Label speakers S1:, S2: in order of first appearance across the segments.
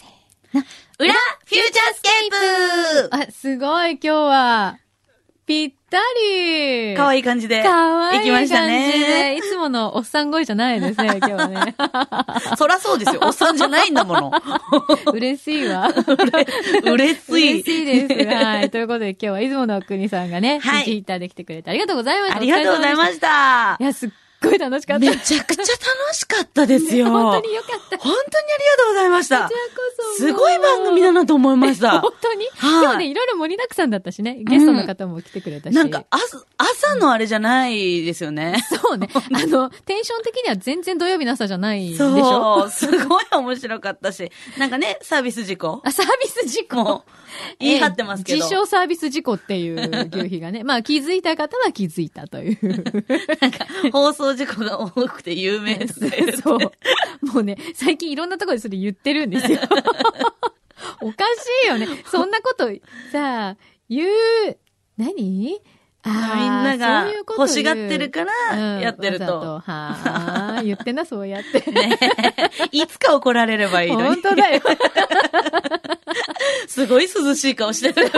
S1: 裏、フューチャースケープ
S2: あ、すごい、今日は、ぴっ たり
S1: かわ
S2: い
S1: いい感じで。
S2: かわいい
S1: 行きましたね
S2: 感じでいつものおっさん声じゃないです ね、今日はね。
S1: そらそうですよ。おっさんじゃないんだもの。
S2: 嬉しいわ。
S1: うれしい。
S2: 嬉しいです。はい。ということで今日は出雲の国さんがね、
S1: はい
S2: ツイッターで来てくれてありがとうございました。
S1: ありがとうございま
S2: お疲れ
S1: し
S2: 様でし
S1: た
S2: たい。や、すっごい楽しかった。
S1: めちゃくちゃ楽しかったですよ。
S2: 本当によかった。こ
S1: 本当にありがとうございまし
S2: ちら
S1: た
S2: こ。そ。
S1: すごい番組だなと思いまし た
S2: 本。当に
S1: はい
S2: 今日ね、いろいろ盛りだくさんだったしね、ゲストの方も来てくれたし。
S1: なんか、朝、朝のあれじゃないですよね。
S2: そ うね。あの、テンション的には全然土曜日の朝じゃ ないでしょ
S1: そう。すごい面白かったし。なんかね、サービス事故。
S2: あ、サービス事故
S1: も。う、 言い張ってますけ
S2: え
S1: ど。
S2: 自称サービス事故っていう牛皮がね。 まあ気づいた方は気づいたという。
S1: なんか、放送事故が多くて有名とか言って
S2: そう。もうね、最近いろんなところでそれ言ってるんですよ。 おかしいよね。そんなこと、さあ、言う、何あー
S1: みんなが
S2: そういうこと言
S1: 欲
S2: う
S1: しがってるから
S2: うん
S1: やってる
S2: わざ
S1: と。
S2: はあ、言ってな、そう やって。
S1: いつか怒られればいいの
S2: 本
S1: に。
S2: 当だよ。
S1: すごい涼しい顔してる。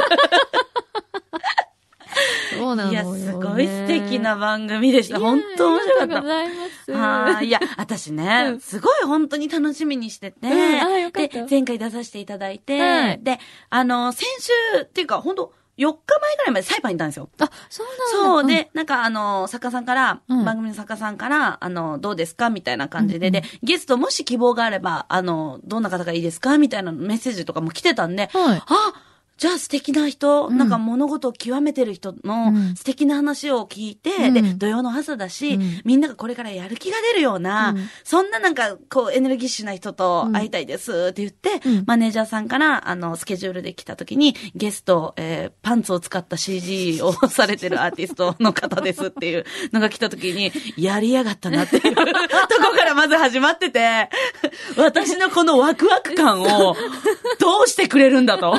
S2: そうなの
S1: いや、
S2: よ、ね。
S1: すごい素敵な番組でした。本当面白か
S2: ありがとう
S1: っ
S2: ございます。
S1: た。はーい。いや、私
S2: う
S1: ね
S2: ん、
S1: すごい本当に楽しみにしてて。
S2: んあーよかっ
S1: で
S2: た、
S1: 前回出させていただいて、
S2: はい
S1: で、あの、先週っていうか、本当4日前ぐらいまでサイパンにいたんですよ。
S2: あ、そうなんだ。
S1: そう、で、なんかあの、作家さんから、
S2: うん
S1: 番組の作家さんから、あの、どうですかみたいな感じで、
S2: うん
S1: で、ゲストもし希望があれば、あの、どんな方がいいですかみたいなメッセージとかも来てたんで、
S2: うん、はい。
S1: あじゃあ素敵な人、
S2: うん
S1: なんか物事を極めてる人
S2: う
S1: の
S2: ん
S1: 素敵な話を聞いて、
S2: うん
S1: で、土曜の朝だし、
S2: うん
S1: みんながこれからやる気が出るような、
S2: うん
S1: そんななんかこうエネルギッシュな人と会いたいですって言って、
S2: うん
S1: マネージャーさんからあのスケジュールで来た時にゲスト、えーパンツを使った CG をされてるアーティストの方ですっていう のが来た時に、やりやがったなっていう とこからまず始まってて、私のこのワクワク 感をどうしてくれるんだと。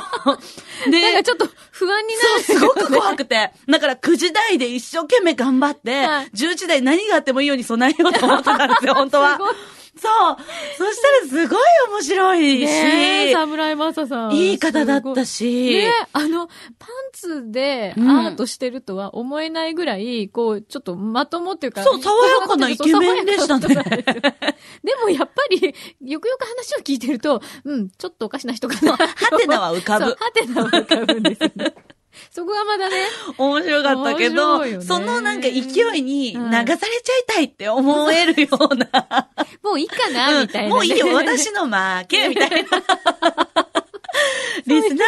S2: なん
S1: で
S2: か、ちょっと不安に
S1: そう、す
S2: なる。
S1: ごく怖くて。だから9時台で一生懸命頑張って
S2: はい、
S1: 10時台何があってもいいように備えようと思ってたんですよ、本当は
S2: すごい。
S1: そう。そしたらすごい面白い
S2: ねえ、
S1: し、
S2: 侍マサさん。
S1: いい方だった
S2: し。
S1: し
S2: ね、あの、パンツでア
S1: うん
S2: ートしてるとは思えないぐらい、こう、ちょっとまともっていうか。
S1: そう爽やかなイケメンでしたね
S2: そう爽やかな人なんですよ でもやっぱり、よくよく話を聞いてると、うん、ちょっとおかしな人かな。
S1: ハテナは浮か
S2: そう
S1: ぶ。
S2: ハテナは浮かぶんですよね。そこはまだね、
S1: 面白かったけ
S2: 面白いよ
S1: ど、
S2: ね
S1: そのなんか勢いに流
S2: うん
S1: されちゃいたいって思えるような、
S2: もういいかな、みたいなね、
S1: もういいよ、私の負け、みたいな。リスナーの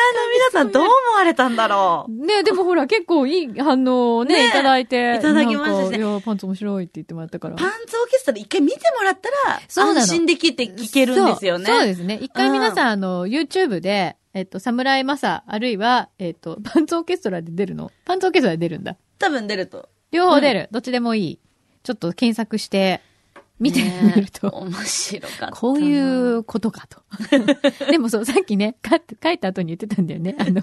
S1: 皆さんどう思われたんだろう。
S2: ねでもほら、結構いい反応をね、
S1: ね
S2: いただいて。
S1: いただきましたし
S2: なんか
S1: ね
S2: いや、パンツ面白いって言ってもらったから。
S1: パンツオーケストラ一回見てもらったら、
S2: そうなの
S1: 安心できて聞けるんですよね。
S2: そうそうですね。一回皆さん、あの、YouTube で、えっと、サムライマサ、あるいは、えっと、 パンツオーケストラで出るのパンツオーケストラで出るんだ。
S1: 多分出ると。
S2: 両方出る。どっちでもいい。ちょっと検索して、見てみると。
S1: ね 面白かった。。
S2: こういううことか と。でもそう、さっきね、か書いた後に言ってたんだよね。あの、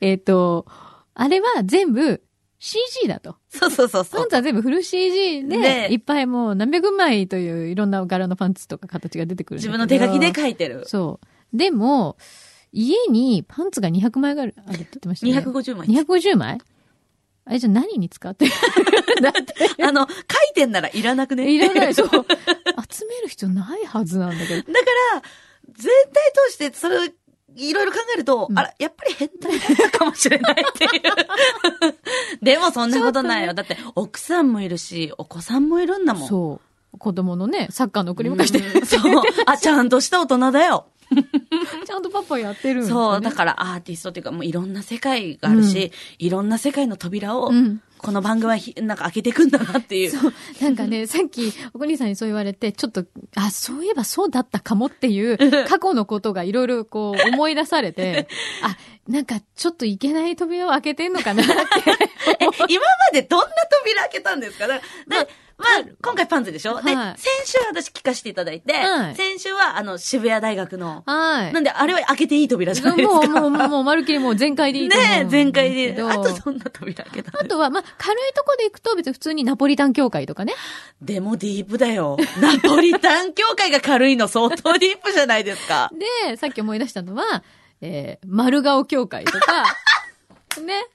S2: えっ、と、あれは全部 CG だと。
S1: そうそうそうそ
S2: パ
S1: う
S2: ン。ツは全部フル CG で、
S1: ね
S2: いっぱいもう何百枚といういろんな柄のパンツとか形が出てくるんだ
S1: 自
S2: け
S1: 分の
S2: ど。
S1: 手書きで書いてる。
S2: そう。でも、家にパンツが200枚があるあるって言ってましたね。
S1: 250枚。
S2: 250枚あれじゃあ何に使ってだって
S1: あの、書いてんならいらなくね。
S2: いらな い、
S1: だか
S2: そう。集める必要ないはずなんだけ
S1: ら、
S2: ど。
S1: 全体通して、それ、いろいろ考えると、
S2: うん
S1: あら、やっぱり変態だったかもしれないっていう。 でもそんなことないよ。だって、奥さんもいるし、お子さんもいるんだもん。う。
S2: そう。子供のね、サッカーの送り迎えして
S1: ん そう。あ、ちゃんとした大人だよ。
S2: ちゃんとパパやってるん
S1: そう、だ
S2: ら。
S1: からアーティストっていうか、もういろんな世界があるし、いろんな世界の扉を
S2: う、ん。
S1: この番組はひ、なんか開けていくんだなっていう。
S2: そう。なん かね、さっき、お国さんにそう言われて、ちょっと、あ、そういえばそうだったかもって いう、過去のことがいろいろこう思い出されて、あ、なんかちょっといけない扉を開けてんの かなって。
S1: え、 今までどんな扉開けたんですかだからで、まあ、今回パンツでしょ、で、
S2: はい
S1: 先週は私聞かせていただいて、
S2: はい
S1: 先週はあの、渋谷大学の、
S2: はい。
S1: なんであれは開けていい扉じゃないです
S2: もう、
S1: か。
S2: もう、もう、もう、まるっきりもう全開でいいと思うん
S1: ねえ、
S2: ですけど。
S1: 全開 で。あとどんな扉開けたんで
S2: あ
S1: すか
S2: とは、まあ、軽いとこで行くと別に普通にナポリタン協会とかね。
S1: でもディープだよ。ナポリタン協会が軽いの相当ディープじゃないですか。
S2: で、さっき思い出したのは、えー丸顔協会と か、ね。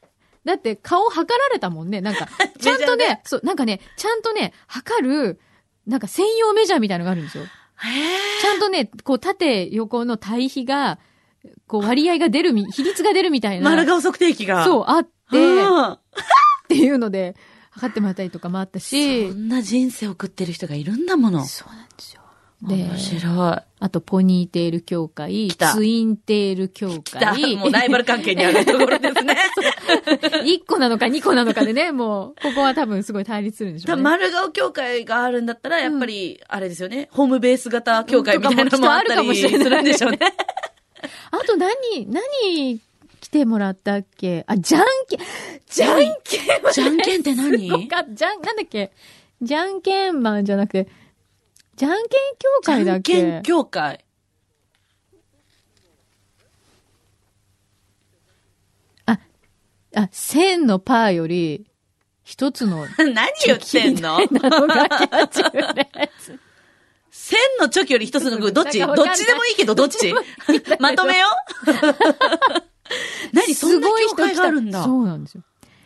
S2: だって顔測られたもん ね。なんか、ちゃんと
S1: メジャー
S2: ね、そう、なんかね、ちゃんとね、測る、なんか専用メジャーみたいなのがあるんですよ。
S1: へ
S2: ちゃんとね、こう縦横の対比が、こう割合が出るみ、比率が出るみたい
S1: え。
S2: な。
S1: 丸顔測定器が。
S2: そう、あって、
S1: う
S2: っ
S1: ん
S2: ていうので、測ってもらったりとかもあったし
S1: そ。んな人生送ってる人がいるんだもの。
S2: そうなんですよ。で、
S1: 面白い。
S2: あと、ポニーテール協会、
S1: 来た
S2: ツインテール協
S1: 来た
S2: 会、
S1: もうライバル関係にあるところです ね。
S2: 1個なのか2個なのかでね、もう、ここは多分すごい対立するんでしょ
S1: 多
S2: う
S1: 分
S2: ね。
S1: 丸顔協会があるんだったら、やっぱり、あれですよね、ホームベース型協会みたいなのもあった
S2: とかも
S1: り
S2: き
S1: す
S2: っとあるかもしれない
S1: るんでしょうね。
S2: あと何、何来てもらったっけあ、じゃんけん、じゃんけん はね
S1: じゃんけんって何
S2: すごか ったじゃん、なんだっけじゃんけんマンじゃなくて、じゃんけん協
S1: じゃ
S2: 会だっ
S1: ん
S2: け
S1: けん協会。
S2: あ、千のパーより、一つの、
S1: 何言ってんの
S2: なのが90のやつ。
S1: 千のチョキより一つのグ ー、どっち
S2: なん
S1: ど
S2: か
S1: っ
S2: わかんない
S1: ちでもいいけど、どっ ちまとめよう 何そんな協会があるんだ。
S2: そうなんですよ。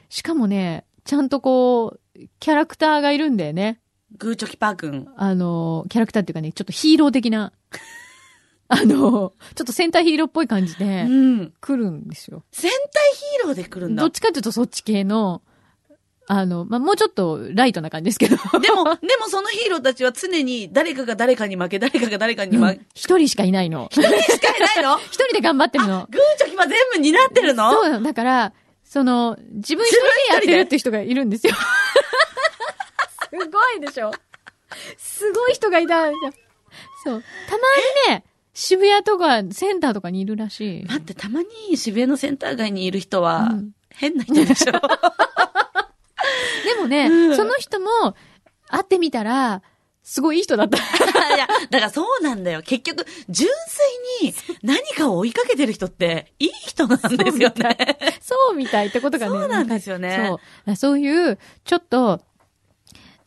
S2: しかもね、ちゃんとこう、キャラクターがいるんだよね。
S1: グーチョキパー君。
S2: あの、キャラクターっていうかね、ちょっとヒーロー的な。 あの、ちょっと戦隊ヒーローっぽい感じ
S1: う
S2: で、
S1: ん。
S2: 来るんですよ。
S1: 戦隊ヒーローで来るんだ
S2: どっ。ちかっていうとそっち系の、あの、まあ、もうちょっとライトな感じですけど。
S1: でも、 でもそのヒーローたちは常に誰かが誰かに負け、誰かが誰かに
S2: う
S1: 負け
S2: ん、一人しかいないの。
S1: 一人しかいないの
S2: 一人で頑張ってるの。
S1: グーチョキパー全部担ってるの
S2: そうなのだから、その、自分一人でやってるって人がいるんですよ。 すごいでしょすごい人がいたじゃん。そう。たまにね、渋谷とかセンターとかにいるらしい。
S1: 待って、たまに渋谷のセンター街にいる人は
S2: うん、
S1: 変な人で しょ、
S2: でもね、
S1: うん
S2: その人も会ってみたら、すごいいい人だった。
S1: いや、だからそうなんだよ。結局、純粋に何かを追いかけてる人って、いい人なんですよね。
S2: そうみたいってことがね。
S1: そうなんですよね
S2: そうだから。そういう、ちょっと、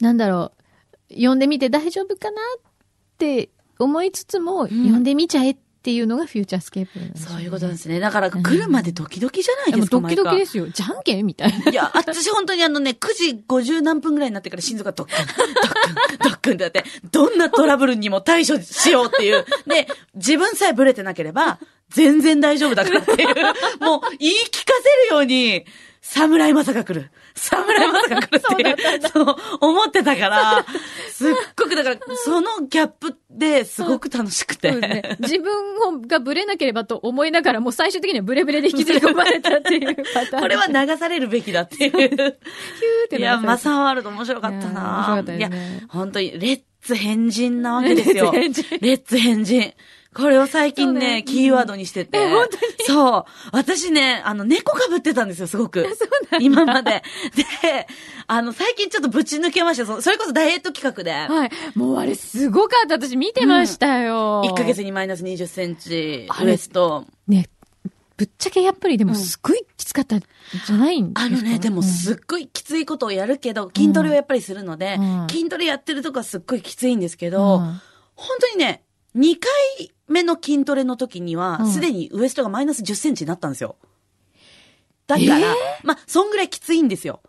S2: なんだろう、読んでみて大丈夫かなって思いつつも、読んでみちゃえっていうのがフューチャースケープなんですよね、
S1: そういうことなんですね。だから来るまでドキドキじゃない
S2: で
S1: で
S2: も
S1: すか、
S2: ドキドキ
S1: 毎
S2: ですよ。じゃんけんみたいな。
S1: 回いや、私本当にあのね、9時50何分ぐらいになってから心臓がドックン、ドックン、ドックンってなって、どんなトラブルにも対処しようっていう。で、自分さえブレてなければ、全然大丈夫だからっていう。もう、言い聞かせるように、侍まさか来る。侍まさか来るっていう、そう、思ってたから、すっごく、だから、そのギャップですごく楽しくて。
S2: そうですね。自分がブレなければと思いながら、もう最終的にはブレブレで引きずり込まれたっていうパターン。
S1: これは 流されるべきだっていう。
S2: って
S1: い
S2: な
S1: や、
S2: りそうです
S1: マサワールド面白かったなぁ
S2: いや面白かったですね
S1: いや、本当に、レッツ変人なわけですよ。
S2: レッツ変人
S1: レッツ変人。これを最近ね、
S2: そうね
S1: キーワードにしてて。
S2: え本
S1: そう。私ね、あの、猫被ってたんですよ、すごく。今まで。で、あの、最近ちょっとぶち抜けました。そそれこそダイエット企画で。
S2: はい。もうあれすごかった。私見てましたよ。
S1: 1ヶ月にマイナス20センチ、
S2: あ
S1: ウ
S2: れ
S1: エスト。
S2: ね、ぶっちゃけやっぱりでも
S1: うん
S2: すっごいきつかったんじゃないんですか、
S1: あのね、でもすっごいきついことをやるけど、筋トレをやっぱりするので、
S2: うん
S1: 筋トレやってるとこはすっごいきついんですけ
S2: うん
S1: ど、
S2: うん
S1: 本当にね、2回目の筋トレの時に
S2: う
S1: は、
S2: ん
S1: すでにウエストがマイナス10センチになったんですよ。だから、
S2: えー
S1: まあ、そんぐらいきついんですよ。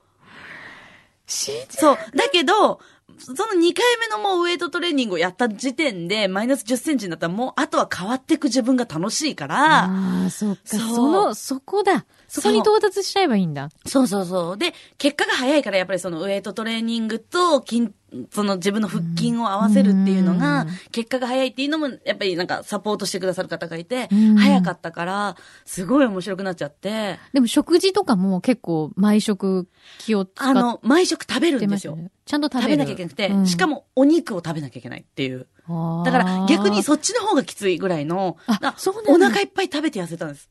S2: 信じ
S1: そう。だけど、その2回目のもうウエイトトレーニングをやった時点で、マイナス10センチになったら、もう、あとは変わっていく自分が楽しいから、
S2: ああ、そっか。
S1: そう
S2: その、そこだ。そこに
S1: そ
S2: 到達しちゃえばいいんだ。
S1: そうそうそう。で、結果が早いから、やっぱりそのウエイトトレーニングと筋、その自分の腹筋を合わせるっていうの
S2: う
S1: が
S2: ん、
S1: 結果が早いっていうのも、やっぱりなんかサポートしてくださる方がいて
S2: うん、
S1: 早かったから、すごい面白くなっちゃって、
S2: でも食事とかも結構毎食気を使
S1: あ
S2: っ
S1: の、毎食食べる
S2: て
S1: んで
S2: ますした
S1: よ。
S2: ね。ちゃんと
S1: 食
S2: 食べ
S1: べ
S2: る
S1: なきゃいけなくて、
S2: うん
S1: しかもお肉を食べなきゃいけないっていう。だから逆にそっちの方がきついぐらいの、
S2: あ
S1: だ
S2: そうなんだ
S1: お腹いっぱい食べて痩せたんです。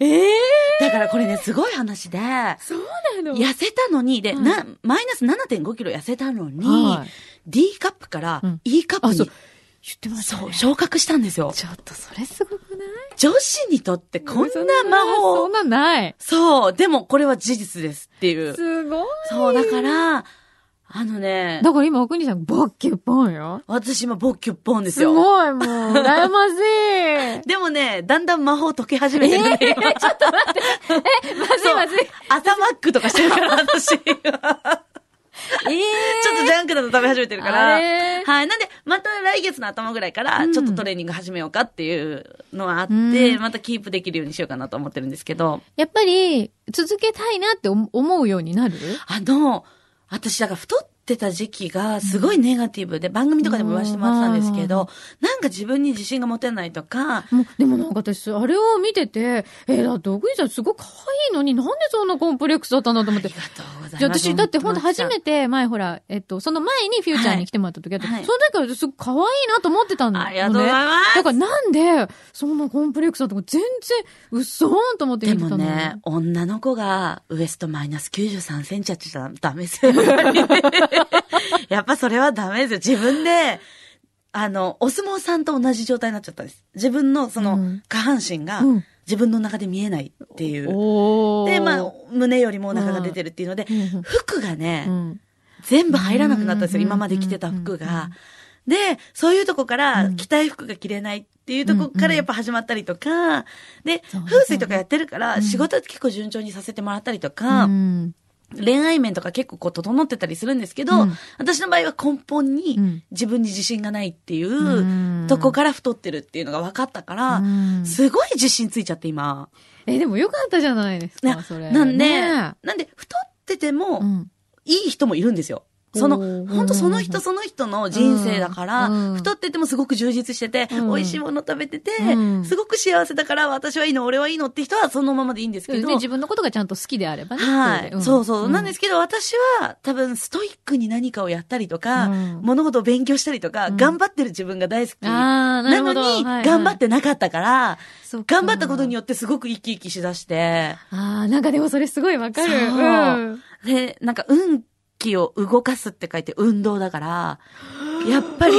S2: ええ
S1: だからこれね、すごい話で、
S2: そうなの
S1: 痩せたのに、で、
S2: うん
S1: な、マイナス7.5キロ痩せたのに、
S2: はい
S1: D カップから
S2: うん
S1: E カップ
S2: あ
S1: に、
S2: そう言ってました、
S1: そ
S2: ね
S1: う、。昇格したんですよ。
S2: ちょっとそれすごくない
S1: 女子にとってこんな魔
S2: そ
S1: 法
S2: ん。なない。
S1: そう、でもこれは事実ですっていう。
S2: すごい。
S1: そう、だから、あのね、
S2: だから今、奥兄さん、ボッキュッポンよ。
S1: 私今、ボッキュッポンです
S2: す
S1: よ。
S2: ごい、も う、羨ましい。え、
S1: でもね、だんだん魔法解け始めてる、ね。え
S2: まずいまずい。
S1: 朝マックとかしてるから、私。ちょっ
S2: え
S1: とジャンクだと食べ始めてるから。
S2: あれ
S1: はい。なんで、また来月の頭ぐらいから、ちょっとトレーニング始めようかっていうのはあって、
S2: うん
S1: またキープできるようにしようかなと思ってるんですけど、
S2: やっぱり、続けたいなって思思うようになる
S1: あの、私、だから太ってた時期がすごいネガティブで、番組とかでも言わせてもらってたんですけど、なんか自分に自信が持てないとか、
S2: もうでもなんか私、あれを見てて、えだって奥兄さんすごい可愛いのに、なんでそんなコンプレックスだったんだと思っ
S1: あ
S2: て
S1: り。がとうございます。
S2: じゃあ私、だって本当初
S1: て。
S2: めて、前ほら、えっと、その前にフューチャーに来てもらった時だった、
S1: はいはい
S2: その時から私すごい可愛いなと思ってたんだ、ね。
S1: ありがとうございます。
S2: だからなんで、そんなコンプレックスだとか全然、うっそーんと思って
S1: で
S2: 見てた
S1: も
S2: の。
S1: ね、女の子がウエストマイナス93センチあっちゃダメですよ。 やっぱりやっぱそれはダメですよ。自分で、あの、お相撲さんと同じ状態になっちゃったんです。自分のそうの
S2: ん
S1: 下半身が
S2: うん
S1: 自分の中で見えないっていう。
S2: おー
S1: で、まあ、胸よりもお腹が出てるっていうので
S2: う、ん
S1: 服がね、
S2: うん
S1: 全部入らなくなったんですよ、
S2: うん
S1: 今まで着てた服
S2: う
S1: が
S2: ん。
S1: で、そういうとこから
S2: うん
S1: 着たい服が着れないっていうとこか
S2: うん
S1: ら
S2: うん
S1: やっぱ始まったりとか、で、
S2: そうね
S1: 風水とかやってるから
S2: うん
S1: 仕事は結構順調にさせてもらったりとか、
S2: うん
S1: 恋愛面とか結構こう整ってたりするんですけど、
S2: うん
S1: 私の場合は根本
S2: う
S1: に
S2: ん
S1: 自分に自信がないっていうう、
S2: ん
S1: とこから太ってるっていうのが分かったから、
S2: うん
S1: すごい自信ついちゃって今。
S2: え、でもよかったじゃないです
S1: な
S2: か、それ。
S1: なんで、
S2: ね
S1: なんで太ってても、
S2: うん
S1: いい人もいるんですよ。その、
S2: おー
S1: 本当その人その人の人生だから、
S2: うん
S1: 太っててもすごく充実してて、
S2: うん
S1: 美味しいもの食べてて、
S2: うん
S1: すごく幸せだから、私はいいの、俺はいいのって人はそのままでいいんです
S2: そ
S1: け
S2: うです
S1: ど
S2: ね、、自分のことがちゃんと好きであればね。
S1: はい、
S2: れでん
S1: そうそう。なんですすけど、私は多分ストイックに何かをやったりとか、
S2: うん
S1: 物事を勉強したりとか、
S2: うん
S1: 頑張ってる自分が大好き。
S2: ああ、な
S1: な
S2: る
S1: の
S2: ほど。、
S1: に、頑張っててなかったから、
S2: そか
S1: 頑張ったことによってすごく生き生きしだして、
S2: ああ、なんかでもそれすごいわかる。
S1: そう
S2: うん
S1: で、なんか、運気を動かすって書いて運動だから、やっぱり、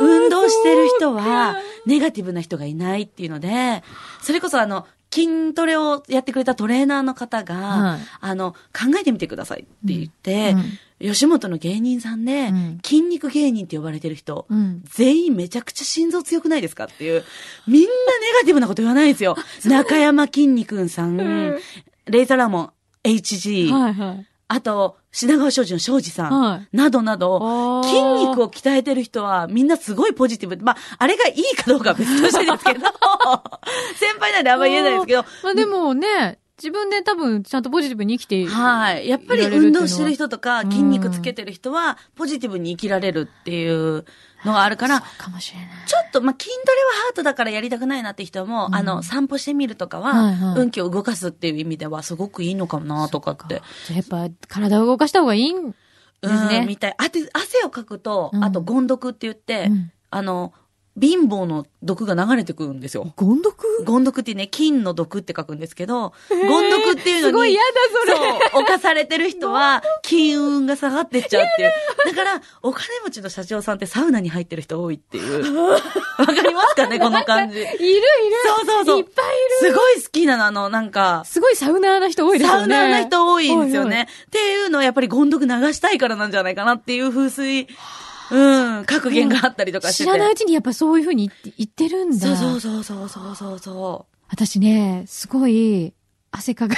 S1: 運動してる人は、ネガティブな人がいないっていうので、それこそあの、筋トレをやってくれたトレーナーの方が、
S2: はい
S1: あの、考えてみてくださいって言って、吉本の芸人さんで、
S2: うん
S1: 筋肉芸人って呼ばれてる人、
S2: うん。
S1: 全員めちゃくちゃ心臓強くないですかっていう、みんなネガティブなこと言わないですよ。中山筋肉さん、
S2: うん
S1: レイザーラモン、HG、
S2: はいはい。
S1: あと、品川庄司の庄司さん、
S2: はい。
S1: などなど、筋肉
S2: を。
S1: を鍛えてる人はみんなすごいポジティブ。まあ、あれがいいかどうかは別としてです けど、先輩なんであんま言えないですけど、
S2: まあでもね、自分で多分ちゃんとポジティブに生きている。
S1: はい。やっぱり
S2: いられるっ
S1: 運
S2: ていうの
S1: 動
S2: は
S1: してる人とか、
S2: うん
S1: 筋肉つけてる人は、ポジティブに生きられるっていうのがあるから、
S2: そうかもしれない。
S1: ちょっと、まあ、筋トレはハートだからやりたくないなって人も、
S2: うん
S1: あの、散歩してみるとか
S2: はい
S1: は、
S2: はい
S1: 運気を動かすっていう意味ではすごくいいのかもなとかって。
S2: じゃあやっぱ体を動かした方がいいん
S1: う
S2: ですね
S1: ん、みたい。あて、汗をかくと、
S2: うん
S1: あと、ゴン毒って言って、
S2: うん
S1: あの、貧乏の毒が流れてくるんですよ。
S2: ゴンドク
S1: ゴン毒っていうね、金の毒って書くんですけど、ゴン毒っていうのに、
S2: すごい嫌だ、それ。
S1: そう、犯されてる人は、金運が下がってっちゃうっていう。だから、お金持ちの社長さんってサウナに入ってる人多いっていう。わかりますかね、この感じ。
S2: いるいる。
S1: そうそうそう
S2: いっぱいいる。
S1: すごい好きなの、あの、なんか、
S2: すごいサウナーな人多いです
S1: サ
S2: よ
S1: ウ
S2: ね。
S1: ナーな人多いんですよ
S2: 多い多い
S1: ね。っていうのはやっぱりゴンドク流したいからなんじゃないかなっていう風水、うん、格言があったりとかして
S2: 知
S1: て。
S2: らないうちにやっぱそういうふうに言って言ってるんだ。
S1: そうそうそうそうそうそうそ
S2: 私ね、すごい、汗かか、
S1: う。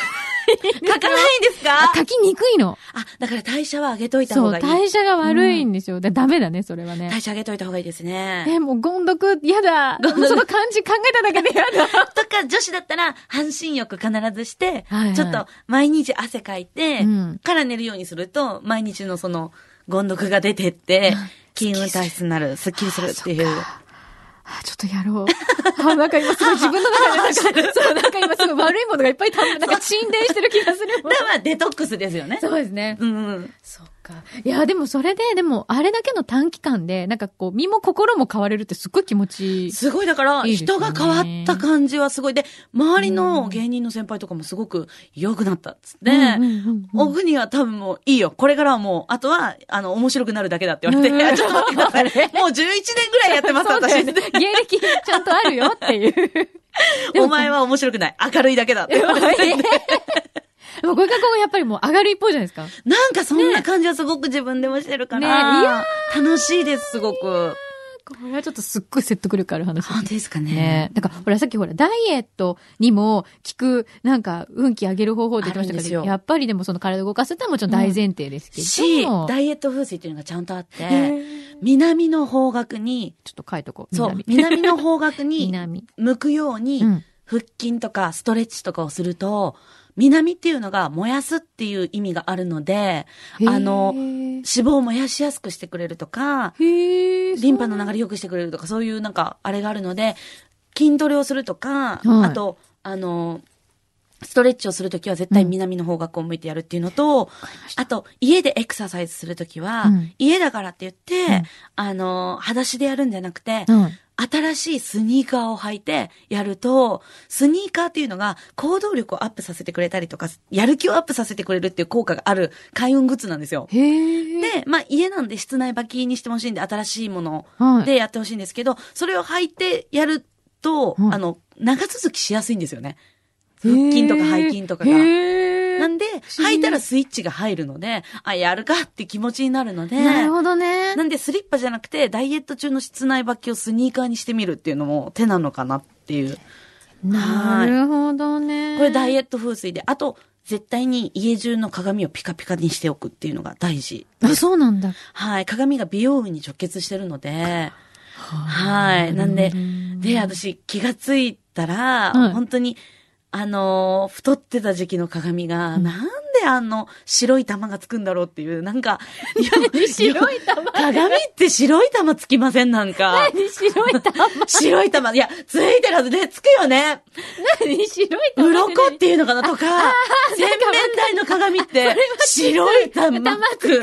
S1: 書かないんですか
S2: あかきにくいの。
S1: あ、だから代謝は上げといた
S2: そ
S1: 方
S2: う、
S1: がいい。
S2: 代謝が悪いんですよ。だダメだね、それはね
S1: 代。謝上げといた方がいいですね。
S2: え、もう、ゴンドク、やだ。
S1: ゴンドク
S2: その漢字考えただけでやだ。
S1: とか、女子だったら、半身浴必ずして、
S2: はいはい
S1: ちょっと毎日汗かいて、
S2: うん
S1: から寝るようにすると、毎日のその、ゴン毒が出てって、金運体質になる、スッキリするっていう。
S2: あちょっとやろう。あ、なんか今すごい自分の中でなんか、そう、なんか今すごい悪いものがいっぱいたなんか沈殿してる気がする。
S1: だから、デトックスですよね。
S2: そうですね。
S1: うんうん。
S2: そうか。いや、でもそれで、でも、あれだけの短期間で、なんかこう、身も心も変われるってすっごい気持ちいい。
S1: すごい、だから、
S2: いいですね
S1: 人が変わった感じはすごい。で、周りの芸人の先輩とかもすごく良くなったっつって、
S2: うんうんうんうん
S1: 奥には多分もういいよ。これからはもう、あとは、あの、面白くなるだけだって言われて、
S2: うん
S1: い やちょっと待ってください。も
S2: あれ
S1: う11年ぐらいやってます、
S2: そうだ
S1: 私
S2: よね。。芸歴ちゃんとある よっていう。でも
S1: お前は面白くない。明るいだけだって言われて。
S2: でも、ご学校がやっぱりもう上がる一方じゃないですか。
S1: なんかそんな感じはすごく自分でもしてるから。
S2: ねいや
S1: 楽しいです、すごく。
S2: これはちょっとすっごい説得力ある話。
S1: 本当ですか
S2: ね
S1: ね。
S2: だから、ほら、さっきほら、ダイエットにも効く、なんか、運気上げる方法って言ってまし
S1: あ
S2: た
S1: るん
S2: け
S1: ですよ
S2: ど、やっぱりでもその体動かすってのはもちろん大前提ですけ
S1: し、
S2: ども。
S1: ダイエット風水っていうのがちゃんとあっ
S2: え
S1: て、
S2: ー
S1: 南の方角に、
S2: ちょっと書いとこう。
S1: そう
S2: 南、
S1: 南の方角に
S2: 南。
S1: 向くように
S2: う、ん。
S1: 腹筋とかストレッチとかをすると、南っていうのが燃やすっていう意味があるので、あの
S2: へー、
S1: 脂肪を燃やしやすくしてくれるとか、
S2: へー
S1: リンパの流れ良くしてくれるとか、そういうなんか、あれがあるので、筋トレをするとか、
S2: はい
S1: あと、あの、ストレッチをするときは絶対南の方角を向いてやるっていうのと、あと、家でエクササイズするときは、
S2: うん
S1: 家だからって言って、
S2: うん
S1: あの、裸足でやるんじゃなくて、
S2: うん。あ
S1: 新しいスニーカーを履いてやると、スニーカーっていうのが行動力をアップさせてくれたりとか、やる気をアップさせてくれるっていう効果がある開運グッズなんですよ。
S2: へえ。
S1: で、まあ家なんで室内履きにしてほしいんで、新しいもの
S2: はい、
S1: でやってほしいんですけど、それを履いてやると、
S2: うん
S1: あの、長続きしやすいんですよね。腹筋とか背筋とかが
S2: へー
S1: なんで、
S2: 思議
S1: 履いたらスイッチが入るので、あ、やるかって気持ちになるので、
S2: なるほどね。
S1: なんでスリッパじゃなくて、ダイエット中の室内履きをスニーカーにしてみるっていうのも手なのかなっていう。
S2: なるほどね。
S1: これダイ
S2: エッ
S1: エット風水で、あと、絶対に家中の鏡をピカピカにしておくっていうのが大事。
S2: あ、そうなんだ。
S1: はい。鏡が美容運に直結してるので、はい。なんで、で、私気がついたら、
S2: はい
S1: 本当に、あのー太ってた時期の鏡が、なんであの白い玉がつくんだろうっていう、なんか、いや
S2: 白い玉。
S1: 鏡って白い玉つきませんなんか。
S2: 何白い玉。
S1: 白い玉、いや、ついてるはずで、つくよね。
S2: 何 白い玉。
S1: 鱗っていうのかなとか、洗面台の鏡って、白い玉
S2: 玉つ
S1: く。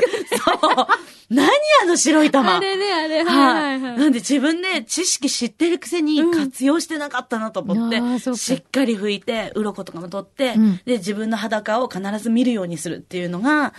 S1: そう。何あの白い玉。
S2: あれね、あれ。は
S1: はいい。
S2: は
S1: な
S2: いはい。
S1: んで自分で知識知ってるくせに
S2: うん
S1: 活用してなかったなと思って、
S2: あーそうか
S1: しっかり拭いて、鱗とかも取って、
S2: うん
S1: で、自分の裸を必ず見るようにするっていうのが、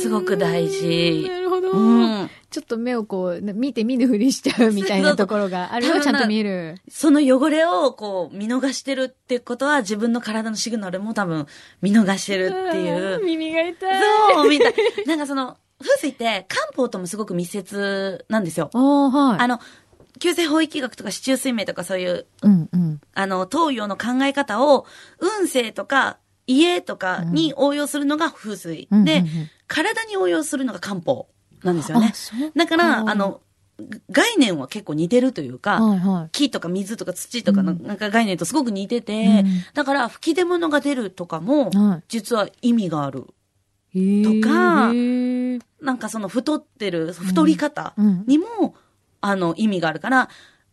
S1: すごく大事。
S2: なるほど。
S1: うん
S2: ちょっと目をこう、見て見ぬふりしちゃうみたいなところがある
S1: そ
S2: よ。
S1: う
S2: ちゃんと見る。
S1: その汚れをこう見逃してるってことは自分の体のシグナルも多分見逃してるっていう
S2: あー。耳が痛い。
S1: そう、みたい。なんかその、風水って漢方ともすごく密接なんですよ。
S2: おー、はい。
S1: あの、急性法域学とか四柱推命とかそういう、
S2: うんうん。
S1: あの、東洋の考え方を、運勢とか家とかに応用するのが風水。
S2: うんう
S1: で
S2: んうん、
S1: 体に応用するのが漢方なんですよね
S2: あ。そう
S1: だから、
S2: うん
S1: あの、概念は結構似てるというか、
S2: はいは
S1: 木とか水とか土とかの
S2: う
S1: なんか概念とすごく似てて、
S2: うん
S1: だから吹き出物が出るとかも
S2: い。、は
S1: 実は意味がある。
S2: い。
S1: とか
S2: へー
S1: なんかその太ってる、太り方
S2: うん
S1: にも、あの、意味があるから、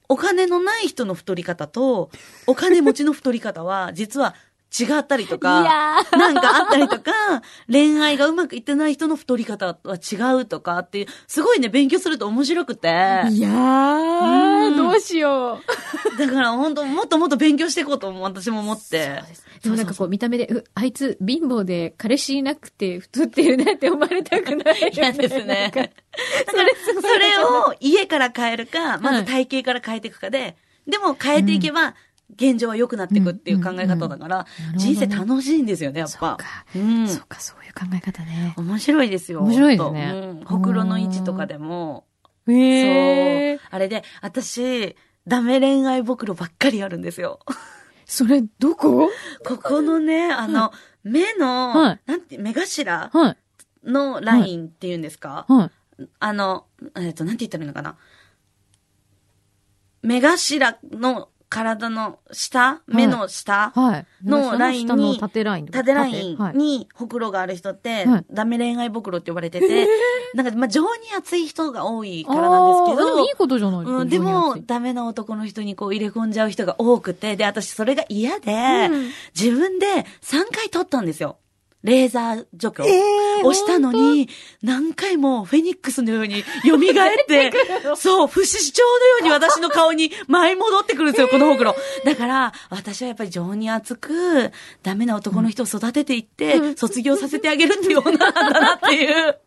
S1: お金のない人の太り方と、お金持ちの太り方は、実は違ったりと
S2: い
S1: か、
S2: やー
S1: なんかあったりとか、恋愛がうまくいってない人の太り方は違うとかっていう、すごいね、勉強すると面白くて。
S2: いや
S1: う
S2: ー、
S1: ん
S2: どうしよう。
S1: だから本当、もっともっと勉強していこうとも私も思って。
S2: でもなんかこう見た目で、うあいつ貧乏で彼氏いなくて太ってるなって思われたくない、ね。
S1: 嫌ですね。
S2: なんか
S1: だから
S2: すごい
S1: それを家から変えるか、まず体型から変えていくかで、でも変えていけば、現状は良くなっていくっていう考え方だから
S2: うんうんう、ん
S1: 人生楽しいんですよね、やっ
S2: そう
S1: ぱ
S2: か。
S1: うん。
S2: そうか、そういう考え方ね。
S1: 面白いですよ。
S2: 面白いですね
S1: ほんとうんほくろの位置とかでも、
S2: へ
S1: そう。あれで、私、ダメ恋愛ぼくろばっかりあるんです よ。
S2: それ、どこ
S1: ここのね、あの、目の
S2: はい、
S1: なんて、目頭
S2: はい、
S1: のラインっていうんですか
S2: はい。
S1: あの、えっ、と、なんて言ったらいいのかな。目頭の体の下、目の下、
S2: はい。
S1: のラインに
S2: 下の縦ライン。
S1: 縦ライン
S2: 縦はい
S1: にほくろがある人って、
S2: はい
S1: ダメ恋愛ぼくろって呼ばれて て、なんか、まあ、情に熱い人が多いからなんですけ
S2: あーで
S1: ど
S2: もいい、ことじゃないですか。
S1: うん、で
S2: 非常
S1: も、
S2: に
S1: ダメな男の人にこう入れ込んじゃう人が多くて、で、私それが嫌で、
S2: うん
S1: 自分で3回取ったんですよ。レーザー除去。
S2: えー
S1: 押したのに、何回もフェニックスのように蘇 って、そう、不死鳥のように私の顔に舞い戻ってくるんですよ、このほくろ。だから、私はやっぱり情に厚く、ダメな男の人を育てていって、卒業させてあげるっていう女なんだなっていう。みんな立派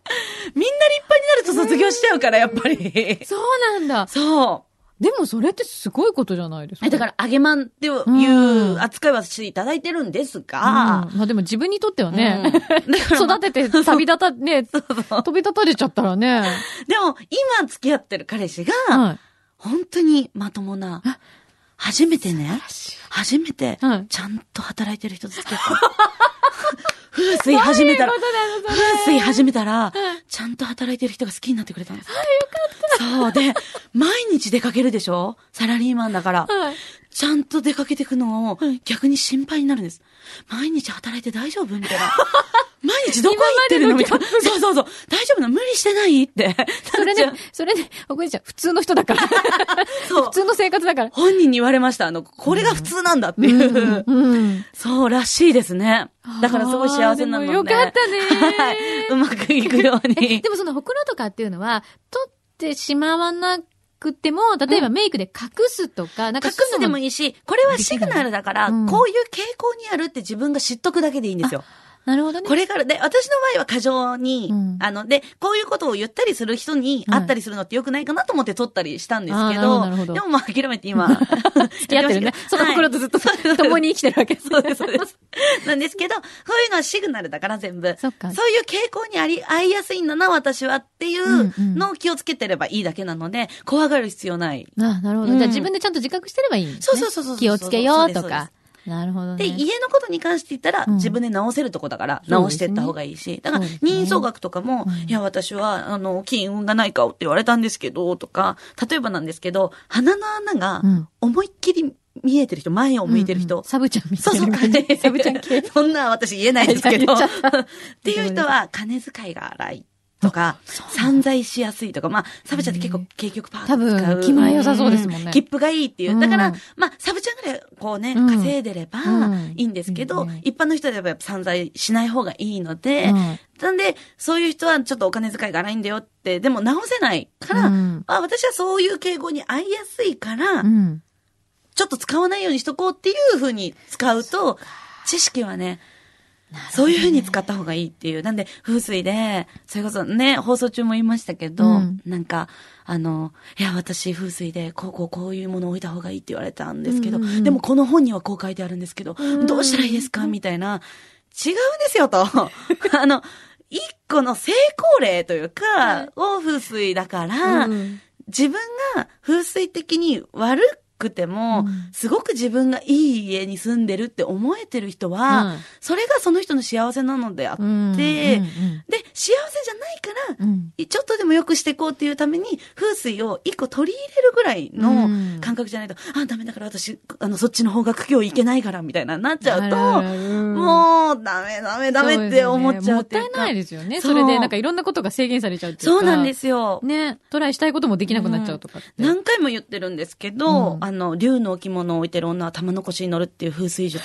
S1: になると卒業しちゃうから、やっぱり。
S2: そうなんだ。
S1: そう。
S2: でもそれってすごいことじゃないですか。、
S1: えだからら、揚げまんっていう扱いはしていただいてるんですが、
S2: まあでも自分にとってはね、
S1: うんだからまあ
S2: 育てて旅立 た、ね、飛び立たれちゃったらね、
S1: でも、今付き合ってる彼氏が、
S2: はい。
S1: 本当にまともな
S2: あ、
S1: 初めてね、初めて
S2: はい、
S1: ちゃんと働いてる人付き合 った。風水始めたら
S2: とい、うことなの
S1: 風水始めたら、ちゃんと働いてる人が好きになってくれたんです。よかった。そうで、毎日出かけるでしょサラリーマンだから。
S2: それはい。
S1: ちゃんと出かけてくのを逆に心配になるんです。毎日働いて大丈夫みたい な。毎日どこ行ってるのみたいな。そうそうそう。大丈夫なの無理してないって。
S2: そ
S1: な
S2: れ
S1: っ
S2: ね
S1: ちゃう、
S2: それね、おこにちゃん、普通の人 だから。
S1: そう
S2: 普通の生活だから。
S1: 本人に言われました。あの、これが普通なんだっていう。
S2: うん。
S1: そうらしいですね。だからすごい幸せなので。
S2: あーでもよかったね
S1: はい。うまくいくよう
S2: え、
S1: に
S2: で。もそのほくろとかっていうのは、取ってしまわなくても、例えばメイクで隠すとか、なんか
S1: 隠すでも
S2: い。
S1: いいし、これはシグナルだから、
S2: うん
S1: こういう傾向にあるって自分が知っとくだけでいいんですよ。
S2: なるほどね。
S1: これから、で、私の場合は過剰に、
S2: うん
S1: あの、で、こういうことを言ったりする人に
S2: はい
S1: 会ったりするのって良くないかなと思って撮ったりしたんですけ
S2: あ
S1: ど、
S2: ーなるほどなるほど
S1: でもまあ諦めて 今、やって
S2: 付き合 ってるね
S1: ます。け
S2: そ
S1: ど
S2: の心とずっと共に生きてるわけですね
S1: そうです、そうです。なんですけど、こういうのはシグナルだから全部。
S2: そっか
S1: そういう傾向にあり、合いやすいんだな、私はってい
S2: うん
S1: う
S2: うん
S1: のを気をつけてればいいだけなので、怖がる必要ない。
S2: ああ、なるほど。
S1: うん
S2: じゃあ自分でちゃんと自覚してればいいんですね。
S1: そうそうそうそうそう
S2: 気をつけよう
S1: そうです
S2: と
S1: そうで
S2: か。なるほどね。
S1: で、家のことに関して言ったら、
S2: うん
S1: 自分で直せるとこだから、
S2: そうですね
S1: 直してった方がいいし。だから
S2: そうで、すね
S1: 人相学とかも、
S2: うん
S1: いや、私は、あの、金運がない顔って言われたんですけど、とか、例えばなんですけど、鼻の穴が
S2: うん、
S1: 思いっきり見えてる人、前を向いてる人、
S2: うんうんサブちゃんみた
S1: そう
S2: い
S1: そう、
S2: な感 じ。サブちゃん系。
S1: そんなん私言えないですけど。
S2: 言っちゃっ
S1: っていう人 は、金遣いが荒いとか、散財しやすいとか、まあ、サブちゃんって結構、結局パーッと使
S2: 多
S1: う。
S2: 分気前良さそうですもんね
S1: う切符がいいっていう。だか
S2: う
S1: ら
S2: ん、
S1: まあ、サブちゃんぐらい、こうね、
S2: うん
S1: 稼いでれば
S2: うん
S1: いいんですけ
S2: う
S1: ど
S2: ん、
S1: 一般の人ではやっぱ散財しない方がいいので、
S2: うん
S1: なんで、そういう人はちょっとお金遣いが荒いんだよって、でも直せないから、
S2: うん
S1: あ私はそういう傾向に合いやすいから、
S2: うん。
S1: ちょっと使わないようにしとこうっていうふうに使うと、知識はね、そういうふうに使った方がいいっていう。なんで、風水で、それこそね、放送中も言いましたけど、
S2: うん
S1: なんか、あの、いや、私、風水で、こうこうこういうものを置いた方がいいって言われたんですけど、
S2: うんうんうん
S1: でもこの本にはこう書いてあるんですけど、
S2: うん
S1: どうしたらいいですかみたいな、違うんですよ、 と。あの、一個の成功例というか、を風水だから、
S2: うん
S1: 自分が風水的に悪くても、
S2: うん
S1: すごく自分がいい家に住んでるって思えてる人は、
S2: うん
S1: それがその人の幸せなのであって、
S2: うん
S1: で
S2: うん、うん
S1: 幸せじゃないから、
S2: うん
S1: ちょっとでも良くしていこうっていうために、風水を一個取り入れるぐらい
S2: うん
S1: の感覚じゃないと、あ、ダメだから私、あの、そっちの方角今日行けないから、みたいな、なっちゃうと、
S2: あるある
S1: もう、ダメダメダメって思っちゃう
S2: そ
S1: ってい
S2: です
S1: う
S2: よねも
S1: か
S2: ったいないですよね。
S1: そ
S2: そうれで、なんかいろんなことが制限されちゃうっていうか。
S1: そうなんですよ。
S2: ね、トライしたいこともできなくなっちゃうとかって。
S1: 何回も言ってるんですけど、
S2: うん
S1: あの、竜の置物を置いてる女は玉の腰に乗るっていう風水 術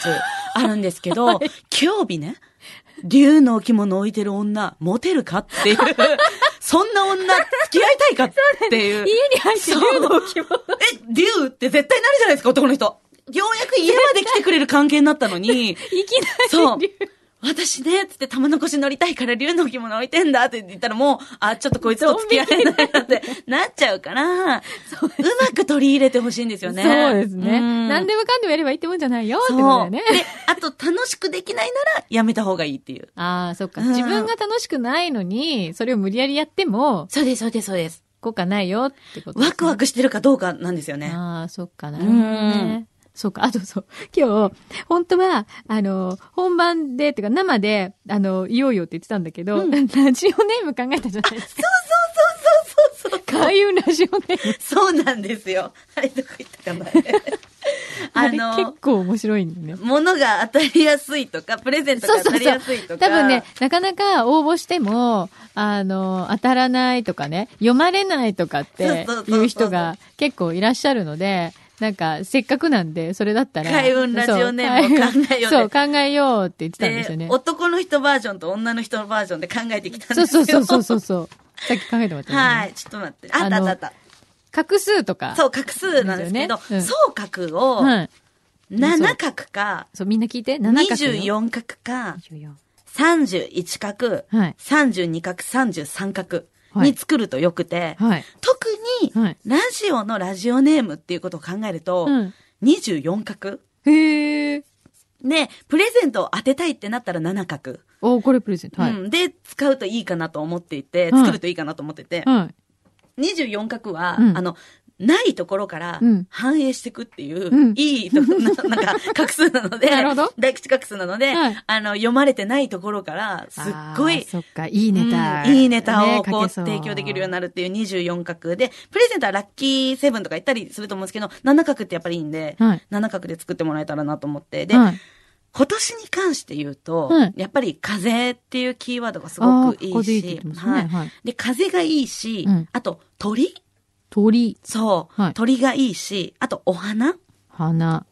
S1: あるんですけど、今日日ね、竜の置物を置いてる女、モテるかって いう、そんな女、付き合いたいかっていう。
S2: 家に入ってる
S1: そう
S2: のを着
S1: え、
S2: 物
S1: 竜って絶対なるじゃないですか、男の人。ようやく家まで来てくれる関係になったのに、
S2: いきなり。
S1: そう。私ね、つって玉の腰乗りたいから竜の置物置いてんだって言ったらもう、あ、ちょっとこいつと付き合えないなって なっちゃうから、うまく取り入れてほしいんですよね。
S2: そうですね。
S1: うん
S2: 何でもかんでもやればいいってもんじゃないよってことだ
S1: そ
S2: よ
S1: う。
S2: ね
S1: で。、あと楽しくできないならやめた方がいいっていう。
S2: ああ、そっか。
S1: うん
S2: 自分が楽しくないのに、それを無理やりやっても、
S1: そうです、そうです、そうです。
S2: 効果ないよってことですね
S1: ワクワクしてるかどうかなんですよね。
S2: ああ、そっかなるほどね。そうか。あとそう。今日、本当は、あの、本番で、っていうか生で、あの、いよいよって言ってたんだけど、
S1: うん
S2: ラジオネーム考えたじゃないですか。そうそうそうそうそうそう。開運ラジオネーム。
S1: そうなんですよ。あれ、どこ行ったかな。 あ
S2: あれ
S1: の
S2: 結、構面白いんだよね。
S1: 物が当たりやすいとか、プレゼントが当たりやすいとか。
S2: 多分ね、なかなか応募しても、あの、当たらないとかね、読まれないとかって
S1: そうそうそう
S2: い
S1: そう
S2: う人が結構いらっしゃるので、なんか、せっかくなんで、それだったら。
S1: 開運ラジオネームを考えよう
S2: そう、考えようって言ってたんですよね
S1: で。男の人バージョンと女の人のバージョンで考えてきたん
S2: そ
S1: で
S2: う
S1: すよ。
S2: そうそうそうそうそう。さっき考えてもらった、ね。
S1: はい、ちょっと待って。あったあ
S2: あ
S1: っ
S2: の
S1: たあった。
S2: 画数とか。
S1: そう、画数なんですけど、
S2: ですよねうん
S1: 総角を
S2: はい。
S1: 7画か、
S2: そう、みんな聞いて。7画数。。
S1: 24画か、
S2: 24。
S1: 31画、
S2: はい。
S1: 32画、33画。
S2: はい
S1: に作るとよくて、
S2: はい。
S1: 特に、
S2: はい。
S1: ラジオのラジオネームっていうことを考えると、
S2: うん。
S1: 24角。
S2: へえ。
S1: で、プレゼントを当てたいってなったら7角。
S2: おこれプレゼント。はい。
S1: うん、で、使うといいかなと思っていて、
S2: はい
S1: 作るといいかなと思ってて、
S2: はい。
S1: 24角は、
S2: うん
S1: あの、ないところから
S2: うん
S1: 反映していくっていう、
S2: うん
S1: いいと、 ななんか、画数なので、
S2: なるほど
S1: 大吉画数なので、
S2: はい
S1: あの、読まれてないところから、すっご
S2: あー
S1: い、
S2: そっか、いいネタ。
S1: うんいいネタをこう
S2: ね書けそ
S1: 提供できるようになるっていう24角で、プレゼントはラッキーセブンとか言ったりすると思うんですけど、7角ってやっぱりいいんで、
S2: はい。
S1: 7角で作ってもらえたらなと思って、で、
S2: はい
S1: 今年に関して言うと、
S2: はい
S1: やっぱり風っていうキーワードがす
S2: あ
S1: ごく
S2: ー
S1: い
S2: ここ
S1: い
S2: でい
S1: し、
S2: いって言ってます
S1: は
S2: ね。
S1: い
S2: はい。
S1: で、風がいいし、
S2: うん
S1: あと鳥
S2: 鳥、
S1: そう、
S2: はい
S1: 鳥がいいし、あとお花
S2: 花。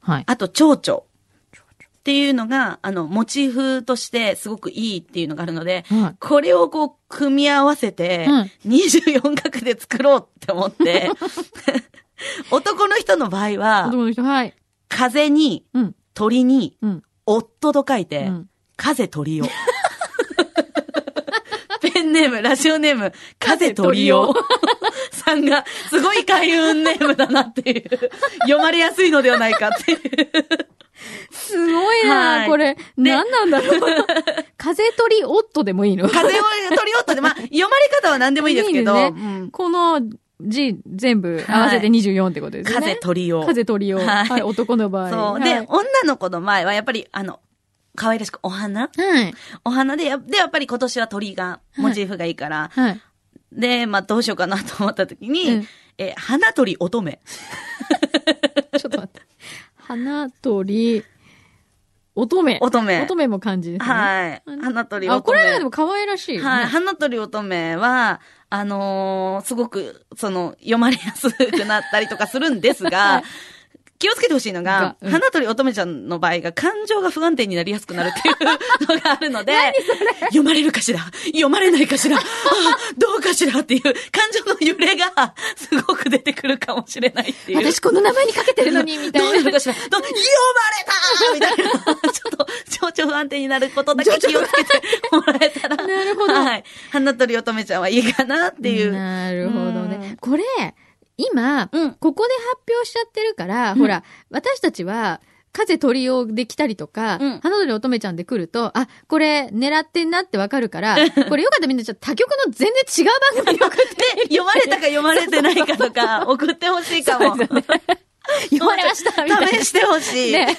S2: はい。
S1: あと蝶々。っていうのが、あの、モチーフとしてすごくいいっていうのがあるので、
S2: はい。
S1: これをこう、組み合わせて
S2: うん、
S1: 24角で作ろうって思 って、男の人の場合は、
S2: 男の人、はい。
S1: 風に、
S2: うん。
S1: 鳥に、
S2: うん。
S1: 夫と書いうて、
S2: ん
S1: 風鳥を。 ペンネーム、ラジオネーム、風鳥をさんが、すごい開運ネームだなっていう、読まれやすいのではないかっていう。
S2: すごいな、
S1: はい
S2: これ。何なんだ ろう。風鳥夫でもいいの
S1: 風を鳥をって、まあ、読まれ方は何でもいいですけど、
S2: いいね
S1: うん
S2: この字全部合わせて
S1: は
S2: 24ってことですよね。
S1: 風鳥を。
S2: 風鳥を。
S1: はい
S2: はい、男の場合。
S1: そう。
S2: は
S1: で、
S2: い
S1: 女の子の前は、やっぱり、あの、可愛らしくお花
S2: はい。
S1: お花でや、で、やっぱり今年は鳥が、モチーフがいいから、
S2: はい。
S1: で、まあ、どうしようかなと思った時に、
S2: うん
S1: え、花鳥乙女。
S2: ちょっと待って。花鳥、乙女。
S1: 乙女。
S2: 乙女も漢字ですね。
S1: はい。花鳥乙女。
S2: あ、これはでも可愛らしいよね。
S1: はい。花鳥乙女は、あのーすごく、その、読まれやすくなったりとかするんですが、
S2: はい
S1: 気をつけてほしいのが
S2: が、うん
S1: 花鳥乙女ちゃんの場合が感情が不安定になりやすくなるっていうのがあるので、 読まれるかしら読まれないかしらあーどうかしらっていう感情の揺れがすごく出てくるかもしれないっていう。
S2: 私この名前にかけてるのに、みた
S1: どう
S2: い
S1: なる
S2: な。
S1: かしらどう読まれたみたいな、ちょっと、情緒不安定になることだけ気をつけてもらえたら。
S2: なるほど
S1: はい。花鳥乙女ちゃんはいいかなっていう。
S2: なるほど
S1: うん
S2: ね。これ、今、
S1: うん。
S2: ここで発表しちゃってるから、ほら、私たちは、風鳥をできたりとか、
S1: うん
S2: 花鳥乙女ちゃんで来ると、あ、これ狙ってんなってわかるから、これよかったらみんなちょっと他局の全然違う番組 に送って
S1: で、読まれたか読まれてないかとか、送ってほしいかも。
S2: 読まれましたみたいな。
S1: 試してほしい。
S2: ね。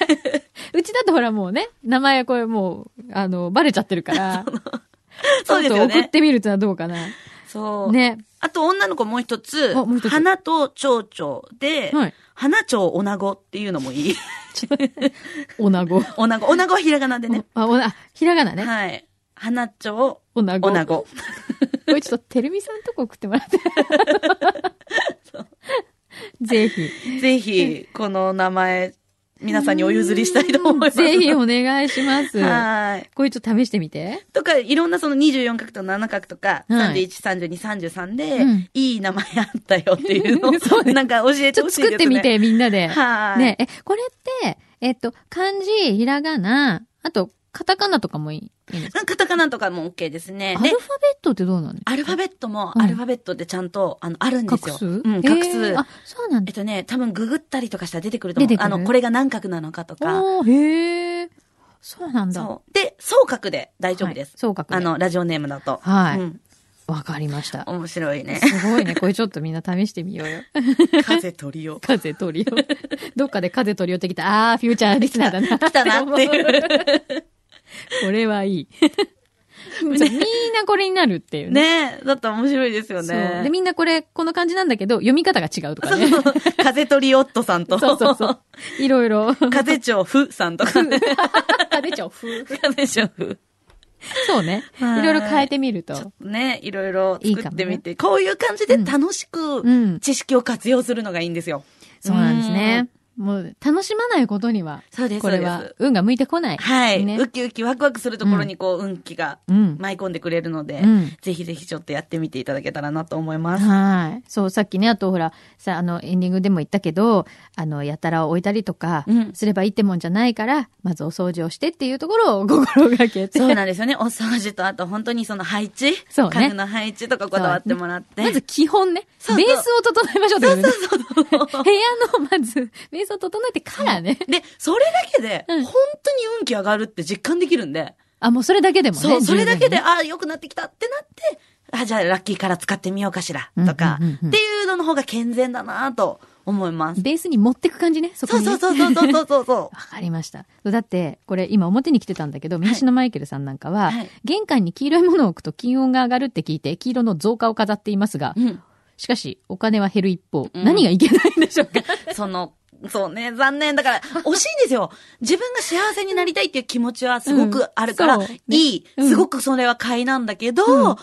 S2: うちだとほらもうね、名前はこれもう、あの、バレちゃってるから、
S1: そうですよ
S2: ちょっと送
S1: ね
S2: っ。てみるってのはどうかな。
S1: そう。
S2: ね。
S1: あと、女の子もう一つ、
S2: あもう一つ
S1: 花と蝶々で、
S2: はい。
S1: 花蝶女子っていうのもいい。女子。
S2: 女子。
S1: 女子はひらがなでね。
S2: あ、おな、あひらがなね。
S1: はい。花蝶
S2: 女子。
S1: 女子。
S2: これちょっと、てるみさんとこ送ってもら って。ぜひ。
S1: ぜひ、この名前、皆さんにお譲りしたいと思います。
S2: ぜひお願いします。
S1: はい。
S2: これちょっと試してみて。
S1: とか、いろんなその24角と7角とか、
S2: はい
S1: 31、32、33で、
S2: うん
S1: いい名前あったよっていうのを、
S2: そうね
S1: なんか教え
S2: ち
S1: て
S2: ょ
S1: ほ
S2: っと
S1: しいですね。
S2: 作ってみ。て、みんなで。
S1: はい。
S2: ねえ、これって、えっと、漢字、ひらがな、あと、カタカナとかもいいいいんですか
S1: カタカナとかも OK ですね。
S2: アル
S1: で
S2: ファベットってどうなの
S1: アルファベットも、
S2: うん
S1: アルファベットでちゃんと、あの、あるんで
S2: 画
S1: すよ。
S2: 数
S1: うん、画数。
S2: えーあ、そうなん
S1: え
S2: だ
S1: っ。とね、多分ググったりとかしたら出てくると思う。
S2: 出てく
S1: あ
S2: る
S1: の、これが何角なのかとか。
S2: おー、へえ。そうなんだ。
S1: そう。で、双角で大丈夫です
S2: はい。そうか。
S1: あ、の、ラジオネームだと。
S2: はい
S1: うん。
S2: わかりました。
S1: 面白いね。
S2: すごいね。これちょっとみんな試してみよ うよ。
S1: 風取りよ。
S2: 風取りを。どっかで風取りをってきた。あー、フューチャーリスナーだ な。
S1: 来たなっていう。
S2: これはいい。みんなこれになるっていうね。
S1: ねだったら面白いですよ
S2: そう。で、
S1: ね。
S2: みんなこれ、この感じなんだけど、読み方が違うとかね。
S1: 風取りオットさんと、
S2: そうそうそう。いろいろ。
S1: 風蝶ふさんとか、
S2: 風ちゃう。ふ
S1: 風蝶ふ。
S2: そうね。
S1: はい
S2: いろいろ変えてみると。
S1: ね、いろいろ
S2: いい
S1: 作
S2: か
S1: っ
S2: も
S1: て
S2: ね
S1: みて、こういう感じで楽しく
S2: うん。
S1: 知識を活用するのがいいんですよ。
S2: そうなんですね。もう、楽しまないことには、
S1: そうです、
S2: こ
S1: そう
S2: れ
S1: で
S2: は
S1: す。
S2: 運が向いてこない。
S1: はい。
S2: ね
S1: ウキウキワクワクするところにこう、運気が
S2: うん。
S1: 舞い込んでくれるので、
S2: うん
S1: ぜひぜひちょっとやってみていただけたらなと思います。
S2: はい。そう、さっきね、あとほら、さ、あの、エンディングでも言ったけど、あの、やたらを置いたりとか
S1: うん、
S2: すればいいってもんじゃないから、まずお掃除をしてっていうところを 心がけて。
S1: そうなんですよね。お掃除と、あと本当にその配置
S2: そうね
S1: 家具の配置とかこだわってもらって。
S2: まず基本ね。
S1: そうそう
S2: ベースを整えましょうってことね。部屋の、まず、ベースを整えてからね。
S1: で、それだけで、
S2: うん
S1: 本当に運気上がるって実感できるんで。
S2: あ、もうそれだけでもね。
S1: そう、それだけで、
S2: 十分ね。
S1: ああ、良くなってきたってなって、あ、じゃあラッキーから使ってみようかしら、
S2: うん
S1: とか、
S2: うんうんうん
S1: っていうのの方が健全だなと思います。
S2: ベースに持ってく感じね、そこ
S1: そう
S2: にね。
S1: そうそうそうそうそうそうそ
S2: わかりました。だって、これ今表に来てたんだけど、三島マイケルさんなんかは、
S1: はい
S2: 玄関に黄色いものを置くと金運が上がるって聞いて、黄色の増加を飾っていますが
S1: う。、うん。
S2: しかし、お金は減る一方、
S1: うん
S2: 何がいけないんでしょ うか
S1: その、そうね、残念。だ から、惜しいんですよ。自分が幸せになりたいっていう気持ちはすごくあるから、
S2: うんそうね
S1: いい、
S2: うん
S1: すごくそれは買いなんだけど、
S2: うん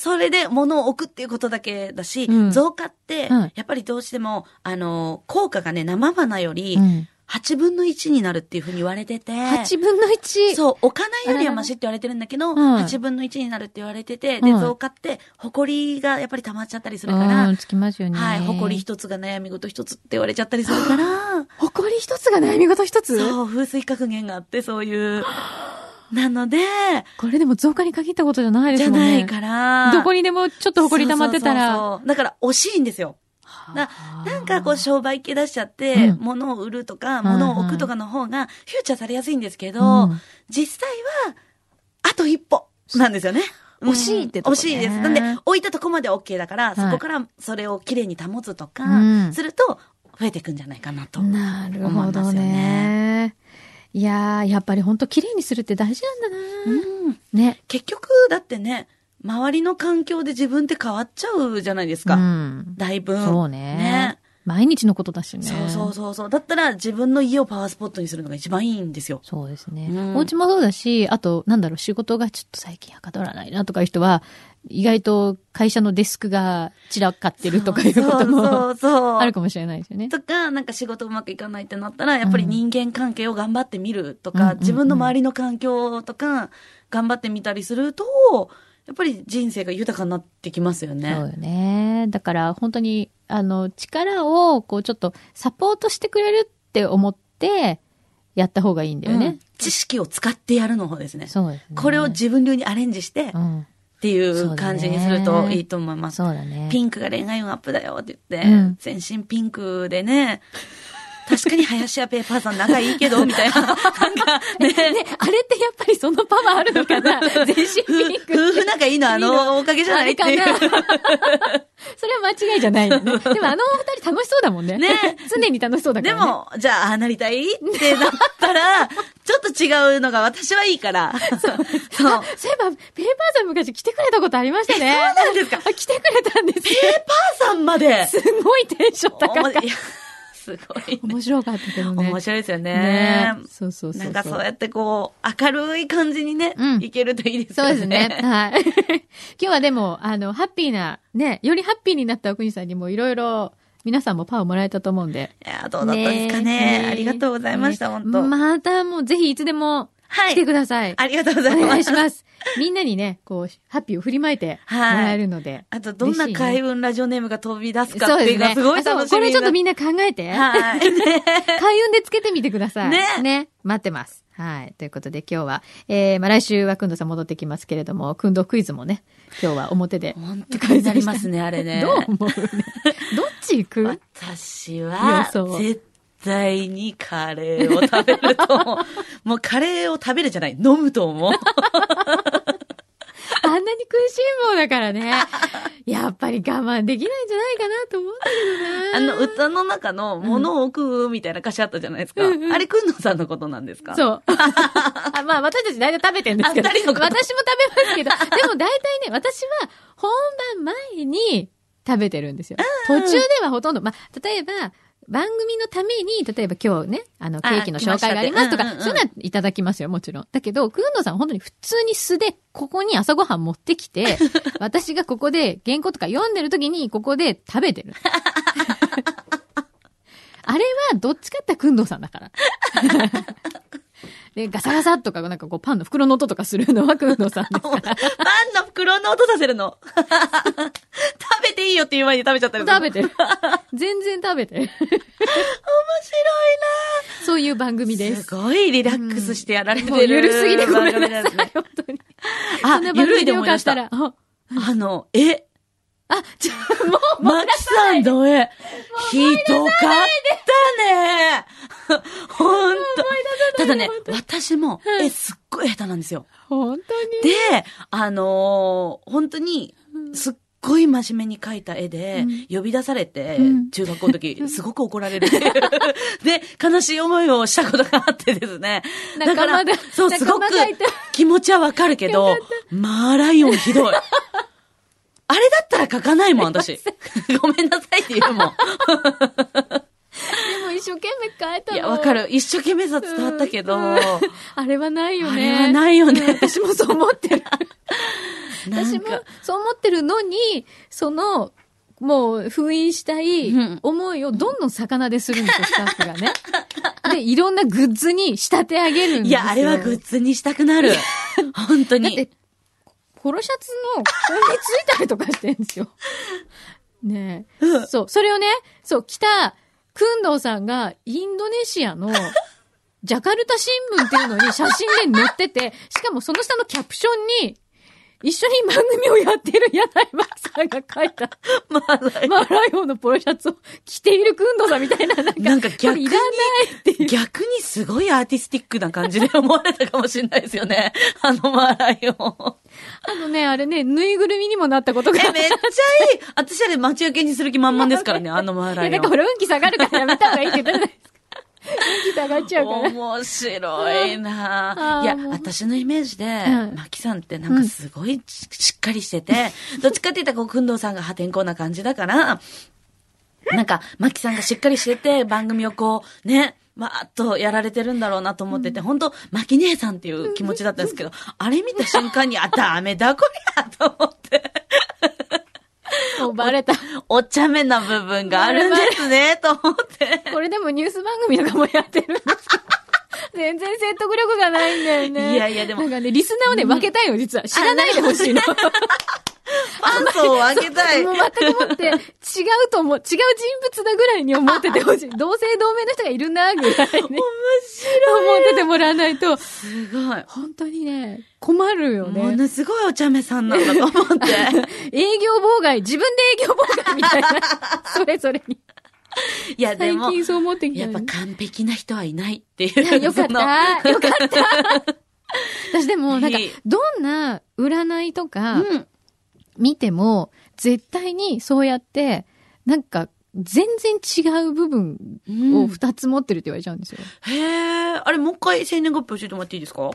S1: それで物を置くっていうことだけだし、
S2: うん
S1: 増加って
S2: はい、
S1: やっぱりどうしても、あの、効果がね、生花より
S2: うん
S1: 8分の1になるっていうふうに言われてて、
S2: 8分の1。
S1: そう、置かないよりはマシって言われてるんだけど、
S2: ららうん
S1: 8分の1になるって言われてて、
S2: う
S1: で、
S2: ん
S1: 増加って、埃がやっぱり溜まっちゃったりす
S2: う
S1: るから
S2: ん、、つきますよね。
S1: はい、埃一つが悩み事一つって言われちゃったりする から、
S2: 誇り一つが悩み事一つ
S1: そう、風水格言があって、そう いう。なので、
S2: これでも増加に限ったことじゃないで
S1: じ
S2: す
S1: ゃ
S2: もん
S1: な
S2: ね。
S1: いから。
S2: どこにでもちょっと誇り溜まってた
S1: そう
S2: ら。
S1: そうそうそうだから、惜しいんですよ。だなんかこう、商売系出しちゃって、
S2: うん
S1: 物を売るとか、
S2: んうん
S1: 物を置くとかの方が、フューチャーされやすいんですけど、
S2: うん
S1: 実際は、あと一歩なんですよね。
S2: 惜しいってと
S1: うん
S2: こね
S1: 惜しいです。なんで、置いたとこまで OK だから、そこからそれをきれいに保つと
S2: う
S1: か、
S2: ん
S1: すると、増えていくんじゃないかなと。
S2: なる
S1: 思いま
S2: ほど
S1: すよ
S2: ね。いやー、やっぱり本当綺麗にするって大事なんだ
S1: う
S2: な、
S1: ん
S2: ね。
S1: 結局、だってね、周りの環境で自分って変わっちゃうじゃないですか。
S2: うん。
S1: だいぶん。
S2: そうね毎日のことだしね。
S1: そうそうそうそう。だったら自分の家をパワースポットにするのが一番いいんですよ。
S2: そうですね。
S1: うん
S2: お家もそうだし、あと、なんだろう、仕事がちょっと最近はかどらないなとかいう人は、意外と会社のデスクが散らかってるとかいうこと
S1: そ
S2: も
S1: うそう
S2: あ
S1: そう
S2: る。かもしれないですよね。
S1: とか、なんか仕事うまくいかないってなったら、やっぱり人間関係を頑張ってみると
S2: うんうん
S1: か、
S2: うんうん
S1: 自分の周りの環境とか、頑張ってみたりすると、やっぱり人生が豊かになってきますよ
S2: そう
S1: ね。
S2: よね。だから本当に、あの、力を、こう、ちょっとサポートしてくれるって思って、やった方がいいんだよね。
S1: うん知識を使ってやるの方ですね。
S2: そうですね。
S1: これを自分流にアレンジして、
S2: うん。
S1: っていう感じにするといいと思います。
S2: そうだね。
S1: ピンクが恋愛運アップだよって言って、
S2: うん
S1: 全身ピンクでね、 確かに林家ペーパーさん仲いいけど、みたいな。 なんかね、
S2: ね、あれってやっぱりそのパワーあるのか な全身ピ
S1: 夫
S2: ンクって。
S1: 夫婦仲いいのあのおかげじゃないっていう。
S2: あれかなそれは間違いじゃないよね。でもあのお二人楽しそうだもんね。
S1: ね
S2: 常に楽しそうだか
S1: で
S2: ら、ね。
S1: も、じゃあ、ああなりたいってなったら、 ちょっと違うのが私はいいから。 そう。
S2: そういえば、ペーパーさん昔来てくれたことありましたね。
S1: そうなんですか
S2: あ、来てくれたんです
S1: ペーパーさんまで。
S2: すごいテンション高かっ
S1: い
S2: た。
S1: やすごいね。
S2: 面白かったけどね。
S1: 面白いですよね
S2: ね。そうそうそうそう。
S1: なんかそうやってこう、明るい感じにね、
S2: うん
S1: いけるといいですよ
S2: そう
S1: ね。
S2: ですね。はい。 今日はでも、あの、ハッピーな、ね、よりハッピーになった奥にさんにもいろいろ、皆さんもパワーもらえたと思うんで。
S1: いやーどうだったんですかね。ありがとうございました、
S2: ね
S1: 本当、
S2: またもうぜひいつでも
S1: は
S2: 来て
S1: い。
S2: ください。
S1: ありがとうご
S2: お
S1: ざいます。
S2: 願いします。みんなにね、こう、ハッピーを振りまいても
S1: はい
S2: らえるので。
S1: あと、どんな
S2: 嬉しいね
S1: 開運ラジオネームが飛び出すか
S2: そ
S1: っ
S2: う
S1: てい
S2: で
S1: う
S2: す
S1: のが
S2: ね。
S1: すごい楽
S2: あそう
S1: しみ
S2: これちょっと
S1: み
S2: みんな考えて。
S1: はい。
S2: 開運でつけてみてください。
S1: ね
S2: ね。待ってます。はい。ということで今日は、えー、まあ来週はくんどさん戻ってきますけれども、くんどクイズもね、今日は表で。
S1: 本当気になりますね、あれね。
S2: どう 思うね。どっち行く
S1: 私は
S2: 予想、
S1: 絶対にカレーを食べると 思う。もうカレーを食べるじゃない、飲むと思う。
S2: あんなに食いしん坊だからね。やっぱり我慢できないんじゃないかなと思うんだ
S1: あ
S2: けどな。
S1: の、歌の中の、物を食うみたいな歌詞あったじゃないですか。
S2: うんうん
S1: あれ、くんのさんのことなんですか
S2: そう。あまあ、私たち大体食べてるんですけど。
S1: あ二人のこと
S2: 私も食べますけ ど。でも大体ね、私は本番前に食べてるんですよ。途中ではほとんど、まあ、例えば、番組のために、例えば今日ね、あの、ケ
S1: あ
S2: ーキの紹介があります
S1: 来
S2: と
S1: ま
S2: か、
S1: したって
S2: そういうのはいただきますよ、もちろん。だけど、くんのさんは本当に普通に素で、ここに朝ごはん持って きて、私がここで原稿とか読んでる時に、ここで食べてる。あれはどっちかってくんどさんだから。で、ガサガサとか、なんかこう、パンの袋の音とかするのはくんどさん です
S1: パン
S2: から。
S1: の袋の音させるの。 食べていいよっていう前に食べちゃったりする
S2: 食べてる。全然食べてる。そういう番
S1: 面
S2: 組
S1: 白い
S2: で
S1: な。
S2: す。
S1: すごいリラックスしてやられて
S2: もう
S1: る。
S2: ゆるすぎてごめんな
S1: 番組
S2: さ
S1: です
S2: い
S1: ね、
S2: 本当に。
S1: あ
S2: そんな、番
S1: ゆる
S2: 組
S1: いで
S2: でよ
S1: 思い
S2: か
S1: 出
S2: っ
S1: したた。
S2: ら。あ、
S1: あの、え、
S2: あじゃあもう、もう
S1: マキさんの絵、ひどかったねほんと。ただね
S2: 本、
S1: 私も
S2: は、い
S1: 絵すっごい下手なんですよ。
S2: 本当に。
S1: で、あのー本当に、
S2: うん
S1: すっごい真面目に描いた絵で
S2: うん、
S1: 呼び出されて、
S2: うん
S1: 中学校の 時、すごく怒られるって いう。で、悲しい思いをしたことがあってですね。だか
S2: 仲間
S1: ら
S2: だ、
S1: そう、すごく
S2: 仲間がいた
S1: 気持ちはわかるけど、マーライオンひ どい。あれだったら描かないもん、私。ごめんなさいって言う もん。
S2: でも一生懸命書いたの。
S1: いや、わか。る。一生懸命さ伝わったけど、
S2: うんうんあれはないよ
S1: あ
S2: ね。
S1: れはないよね
S2: うん私もそう思ってる。
S1: な
S2: 私
S1: ん
S2: も
S1: か、
S2: そう思ってるのに、その、もう封印したい
S1: うん
S2: 思いをどんどん魚でするんですよ、スタッフがね。 で、いろんなグッズに仕立て上げるんですよ。
S1: いや、あれはグッズにしたくなる。本当
S2: だっ
S1: に。
S2: て、ポロシャツの、ここについたりとかしてんですよ。ねえ、
S1: うん
S2: そう、それをね、そう、来た、くんどうさんが、インドネシア の、ジャカルタ新聞っていうのに写真で載ってて、しかもその下のキャプションに、一緒に番組をやってる柳井真紀さんが書いた、
S1: まあ、ない
S2: マーライオンのポロシャツを 着ているくんどうさんみたいな、なんか、
S1: なんか逆に
S2: これいらないってい う。
S1: 逆にすごいアーティスティックな感じで思われたかもしれないですよね。 あのマーライオン。
S2: あのね、あれね、ぬいぐるみにもなったことがあ
S1: え、
S2: っ
S1: めっちゃいい。私あれ待ち受けにする気満々ですからね、あのマーライ
S2: いや、だか
S1: オ
S2: ら
S1: ン。
S2: 俺運気下がるからやめた方がいいって言ったじゃないですか。 運気下がっちゃうから。
S1: 面白いな
S2: あー
S1: いや
S2: もう、
S1: 私のイメージで、
S2: うん
S1: マキさんってなんかすごいししっかり してて、どっちかって言ったらこう、くんどうさんが破天荒な感じだから、なんか、マキさんがしっかりしてて、番組をこう、ね、わーっとやられてるんだろうなと思ってて、本当マキ姉さんっていう気持ちだったんですけど、あれ見た瞬間に、あ、ダメだこりゃと思って、
S2: もうバレた。
S1: お茶目な部分があるんですね、と思って。
S2: これでもニュース番組とかも やってるんですけど。全然説得力がないんだよね。
S1: いやいやでも
S2: なんかね、リスナーをね、分けたいの、実は。知らないで ほしいの。
S1: パンツをあげたい。
S2: もう全くもって、違うと思う、違う人物だぐらいに思っててほ しい。同姓同名の人がいるな、ぐらいね。面白い。思っててもらわないと、
S1: すごい。
S2: 本当にね、困るよね。
S1: ものすごいお茶目さんなんだと思って。
S2: 営業妨害、自分で営業妨害みたいな。それぞれに。
S1: いや、で
S2: 最
S1: も、
S2: 近そう思ってきた
S1: やっ
S2: よ
S1: ぱ
S2: ね。
S1: 完璧な人はいないってい
S2: いや
S1: う。
S2: よかっ
S1: その
S2: た。 よかった。私でも、なんか
S1: いい、
S2: どんな占いとか
S1: うん。
S2: 見ても、絶対にそうやって、なんか、全然違う部分
S1: う
S2: を
S1: ん、
S2: 二つ持ってるって言われちゃうんですよ。
S1: へえ、あれ、もう一回生年月日教えてもらっていいですか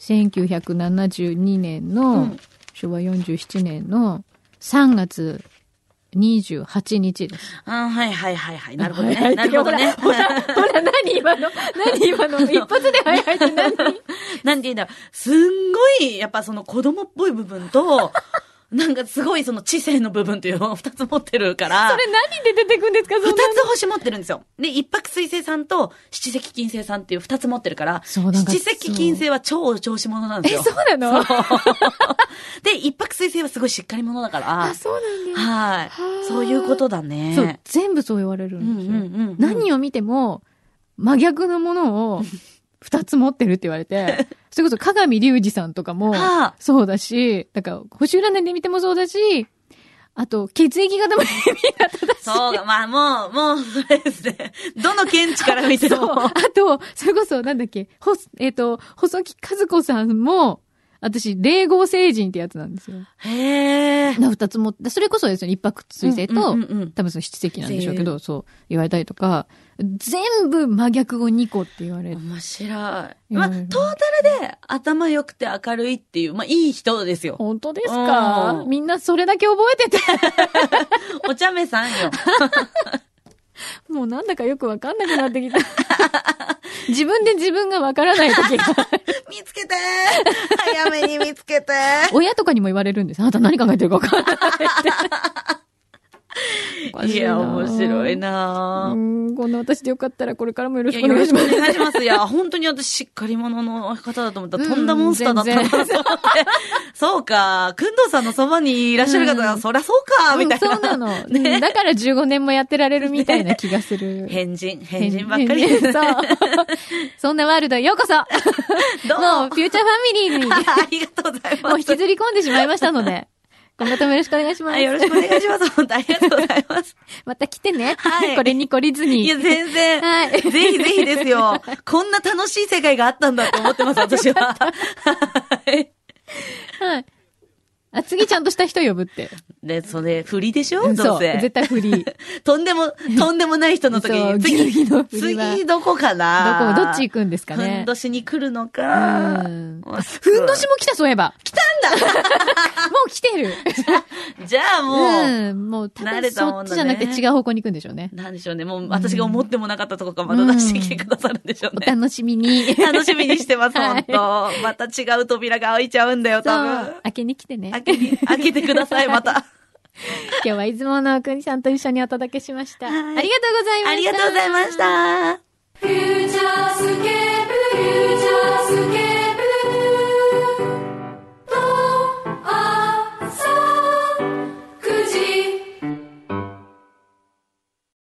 S2: 1972年の、
S1: うん
S2: 昭和47年の3月28日です。
S1: あはいはいはいはい。なるほど
S2: 早
S1: ね。
S2: い
S1: なるほどね。
S2: ほら、 ほら、何今の何今の 一発で早いって何
S1: なんて言うんだろう。すんごい、やっぱその子供っぽい部分と、 なんかすごいその知性の部分っていうのを二つ持ってるから。
S2: それ何で出てくんですかそんな
S1: 二
S2: の
S1: つ星持ってるんですよ。で、一泊水星さんと七石金星さんっていう二つ持ってるから、
S2: そうなんか
S1: 七石金星は超お調子者なんです
S2: え、
S1: よ
S2: そ。うなの
S1: で、一泊水星はすごいしっかり者だから
S2: あ、、そうなんだ。
S1: はい
S2: はあ。
S1: そういうことだね。
S2: そう、全部そう言われる
S1: うんん
S2: です
S1: う
S2: よ。
S1: んうんうん。
S2: 何を見ても、真逆のもの を二つ持ってるって言われ て、それこそ加賀美隆二さんとかも
S1: はあ、
S2: そうだし、だから、星占いで見てもそうだし、あと、血液型も意味が正しい。
S1: そうか、まあもう、もう、それですね。どの見地から見て
S2: そう。
S1: も
S2: あ。と、それこそ、なんだっけ、ほす、えっ、と、細木和子さんも、私、霊合星人ってやつなんですよ。
S1: へえ。
S2: な二つも、それこそですよね、一泊水星と、
S1: うんうんうん
S2: 多分その七石なんでしょうけど、そう、言われたりとか、全部真逆を2個って言われる。
S1: 面白い。
S2: い
S1: まあ、
S2: や
S1: ト
S2: いや
S1: ータルで頭良くて明るいっていう、まあ、いい人ですよ。
S2: 本当ですか
S1: うん
S2: みんなそれだけ覚えてて、
S1: お茶目さんよ。
S2: もうなんだかよくわかんなくなってきた。 自分で自分がわからない時 が。
S1: 見つけて早めに見つけて
S2: 親とかにも言われるんです。あなた何考えてるかわからないって。白いな。
S1: いや、面白いう なぁ
S2: ん、こんな私でよかったらこれからもよろ
S1: い
S2: し
S1: や
S2: くお
S1: よ
S2: 願
S1: ろ
S2: い
S1: しく
S2: しま
S1: お
S2: す。
S1: 願いします。いや、本当に私、しっかり者の方だと思ったら、
S2: うん
S1: とんだモンスターだった
S2: 全
S1: なと思って。そうか、くんどうさんのそばにいらっしゃる方
S2: う
S1: が、
S2: ん
S1: そりゃそうか、みたいな。
S2: うんそうなの、 うんだから15年もやってられるみたいな気がする。
S1: 変人、変人ばっかり。
S2: 変人そう。 そんなワールドへよ うこそ
S1: どうも
S2: もう、フューチャーファミリーに、 も
S1: ありがとうございます。
S2: う引きずり込んでしまいましたの で、今後ともよろしくお願いします。
S1: はいよろしくお願いします。本当ありがとうござい ます。
S2: また来てね。
S1: はい
S2: これに懲りずに。
S1: いや、全然。
S2: はい
S1: ぜひぜひですよ。こんな楽しい世界があったんだと思ってます、私 は。はい
S2: はい。あ、次ちゃんとした人呼ぶって。
S1: で、それ、振りでし
S2: う
S1: ょ
S2: ん
S1: ど
S2: そうう。
S1: せ。
S2: 絶対フリー。
S1: とんでも、とんでもない人の時
S2: そ
S1: に、
S2: うギリギリ
S1: 次
S2: の、振りは
S1: 次どこかな
S2: どこ、どっち行くんですか
S1: ふ
S2: ね
S1: ん。どしに来るの
S2: う
S1: か。
S2: ん
S1: あ
S2: ふんどしも来た、そういえば。来たんだ もう来てる。
S1: じゃあもう、
S2: うん。もう、多
S1: 慣
S2: 分
S1: れた
S2: そ
S1: も
S2: っ
S1: んだね
S2: ちじゃなくて違う方向に行くんでしょうね。
S1: なんでしょうね。もう、私が思ってもなかったとこからまた出してきてくださるんでしょう
S2: お
S1: ね。
S2: 楽しみに。
S1: 楽しみにしてます、
S2: は
S1: 本
S2: い
S1: 当また違う扉が開いちゃうんだよ、
S2: そ
S1: 多
S2: う
S1: 分。。
S2: 開けに来てね。
S1: 開けに、開けてください、ま た。
S2: 今日はいつものおくにさんと一緒にお届けしました。
S1: はい
S2: ありがとうございました。
S1: ありがとうございました。